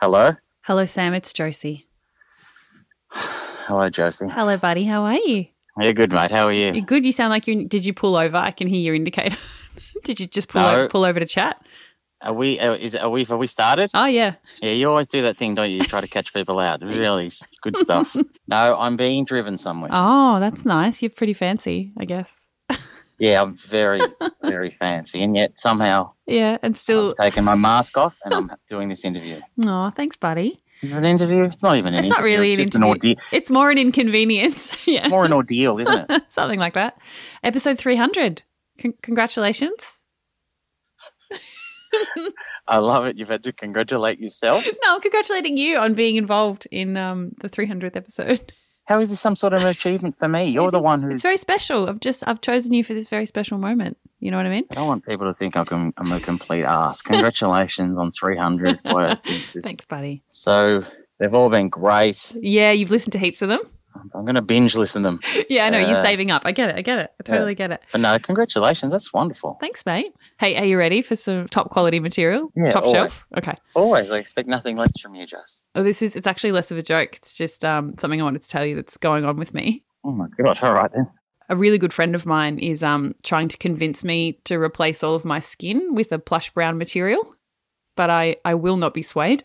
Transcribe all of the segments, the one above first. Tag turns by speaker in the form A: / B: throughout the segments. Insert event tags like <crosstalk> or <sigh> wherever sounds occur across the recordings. A: Hello.
B: Hello, Sam. It's Josie.
A: Hello, Josie.
B: Hello, buddy. How are you?
A: Yeah, good, mate. How are you?
B: You're good. You sound like you. Did you pull over? I can hear your indicator. <laughs> did you just pull
A: No.
B: over, pull over to chat?
A: Are we? Uh, is are we? Have we started?
B: Oh yeah.
A: Yeah, you always do that thing, don't you? You try to catch people
B: <laughs>
A: out. Really s- good stuff. no, I'm being driven somewhere.
B: Oh, that's nice. You're pretty fancy, I guess.
A: Yeah, I'm
B: <laughs>
A: very, very fancy, and yet somehow
B: Yeah, and still.
A: I've taken my mask off and I'm <laughs> doing this interview.
B: Oh, thanks, buddy.
A: Is it an interview? It's not even an
B: It's not
A: interview.
B: really
A: it's
B: an
A: just
B: interview. It's more an inconvenience. <laughs> yeah,
A: An ordeal. More an ordeal, isn't
B: <laughs>
A: it?
B: something like that. Episode 300. Con- congratulations.
A: I love it. You've had to congratulate yourself.
B: No, I'm congratulating you on being involved in um, the 300th episode.
A: How is this some sort of an achievement for me? You're the one who's.
B: It's very special. I've just I've chosen you for this very special moment. You know what I mean?
A: I don't want people to think I can, I'm a complete ass. Congratulations on 300. Boy, it's
B: <laughs>
A: just-
B: Thanks, buddy.
A: So they've all been great.
B: Yeah, you've listened to heaps of them.
A: I'm going to binge listen to them.
B: Yeah, I know. You're
A: Yeah.
B: saving up. I get it. I get it. I
A: Uh, Yeah.
B: totally get it.
A: But no, congratulations. That's wonderful.
B: Thanks, mate. Hey, are you ready for some top quality material?
A: Yeah,
B: top
A: always.
B: shelf? Okay.
A: Always, I expect nothing less from you, Jess.
B: Oh, this is, it's actually less of a joke. It's just um, something I wanted to tell you that's going on with me.
A: Oh my God. All right then.
B: A really good friend of mine is um, trying to convince me to replace all of my skin with a plush brown material, but I, I will not be swayed.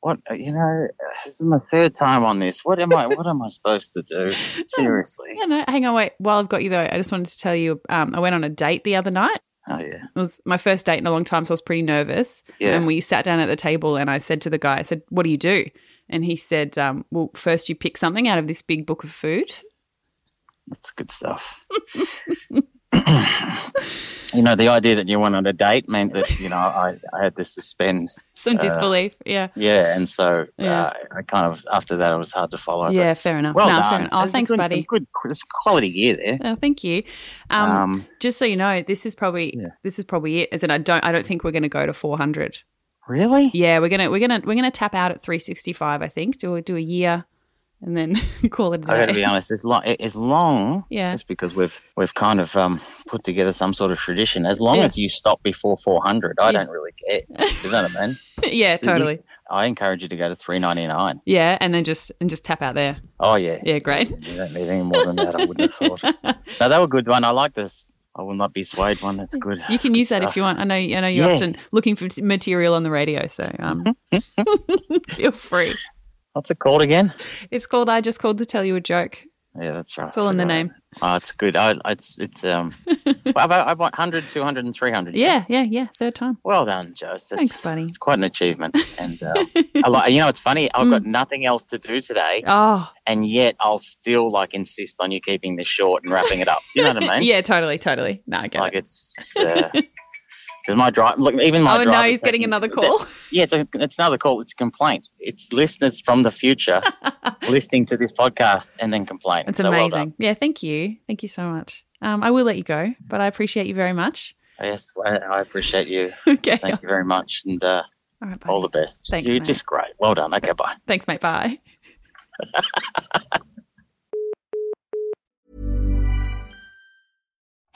A: What, uh, you know, this is my third time on this. What am I, what am I supposed to do? Seriously.
B: Yeah, no, hang on, wait. While I've got you though, I just wanted to tell you um, I went on a date the other night.
A: Oh yeah.
B: It was my first date in a long time, so I was pretty nervous. And
A: Yeah.
B: we sat down at the table, and I said to the guy, I said, What do you do? And he said, um, Well, first you pick something out of this big book of food. <laughs>
A: That's good stuff. <clears throat> you know, the idea that you went on a date meant that, you know, I, I had to suspend.
B: Some
A: Uh,
B: disbelief. Yeah.
A: Yeah. And so
B: Yeah.
A: Uh, I kind of, after that, it was hard to follow. but
B: Yeah, fair enough.
A: Well
B: No,
A: done.
B: fair enough. Oh,
A: There's
B: thanks,
A: been some
B: buddy.
A: Good, there's quality gear there.
B: Oh, thank you. Um, just so you know, this is probably
A: Yeah.
B: this is probably it. As in, I don't I don't think we're going to go to four hundred.
A: really?
B: Yeah, we're gonna we're gonna we're gonna tap out at three sixty five. I think do a, do a year, and then <laughs> call it a day.
A: I got to be honest. As long, as long,
B: <laughs> Yeah.
A: just because we've we've kind of um, put together some sort of tradition. As long
B: Yeah.
A: as you stop before four hundred, I
B: Yeah.
A: don't really care. You know what I
B: <laughs>
A: mean?
B: <laughs> yeah, totally.
A: I encourage you to go to three ninety nine.
B: Yeah, and then just and just tap out there.
A: Oh yeah,
B: Yeah, great.
A: you don't need any more than that. I wouldn't have thought.
B: <laughs>
A: No, they were good one. I like this. I will not be swayed one. That's good.
B: You can use that if you want. I know. I know you're
A: Yeah.
B: often looking for material on the radio, so um, feel free.
A: Mm-hmm. What's it called again?
B: It's called "I Just Called to Tell You a Joke."
A: Yeah, that's right.
B: It's all in the
A: Forgot.
B: name.
A: Oh, it's good. I, it's it's
B: <laughs>
A: um. I, I want 100, 200, and 300.
B: Yeah, yeah, yeah. Third time.
A: Well done, Joseph.
B: Thanks, buddy.
A: It's quite an achievement. And
B: <laughs>
A: uh, I like, you know, it's funny. I've
B: Mm.
A: got nothing else to do today,
B: Oh,
A: and yet I'll still like insist on you keeping this short and wrapping it up. Do you know
B: <laughs>
A: what I mean?
B: yeah, totally, totally. No, I get
A: Like
B: it.
A: it's because my drive. Look, even my.
B: Oh no,
A: driver's
B: he's getting
A: taking-
B: another call. <laughs>
A: Yeah, it's, a, it's another call. It's a complaint. It's listeners from the
B: <laughs>
A: future listening to this podcast and then complaining.
B: That's
A: So well
B: amazing.
A: done.
B: yeah, thank you, thank you so much. Um, I will let you go, but I appreciate you very much. <laughs>
A: yes, I, I appreciate you.
B: okay.
A: Thank you very much, and uh,
B: All right. Bye.
A: all the best.
B: Thanks,
A: You're
B: mate.
A: just great. Well done. Okay, bye.
B: Thanks, mate. Bye.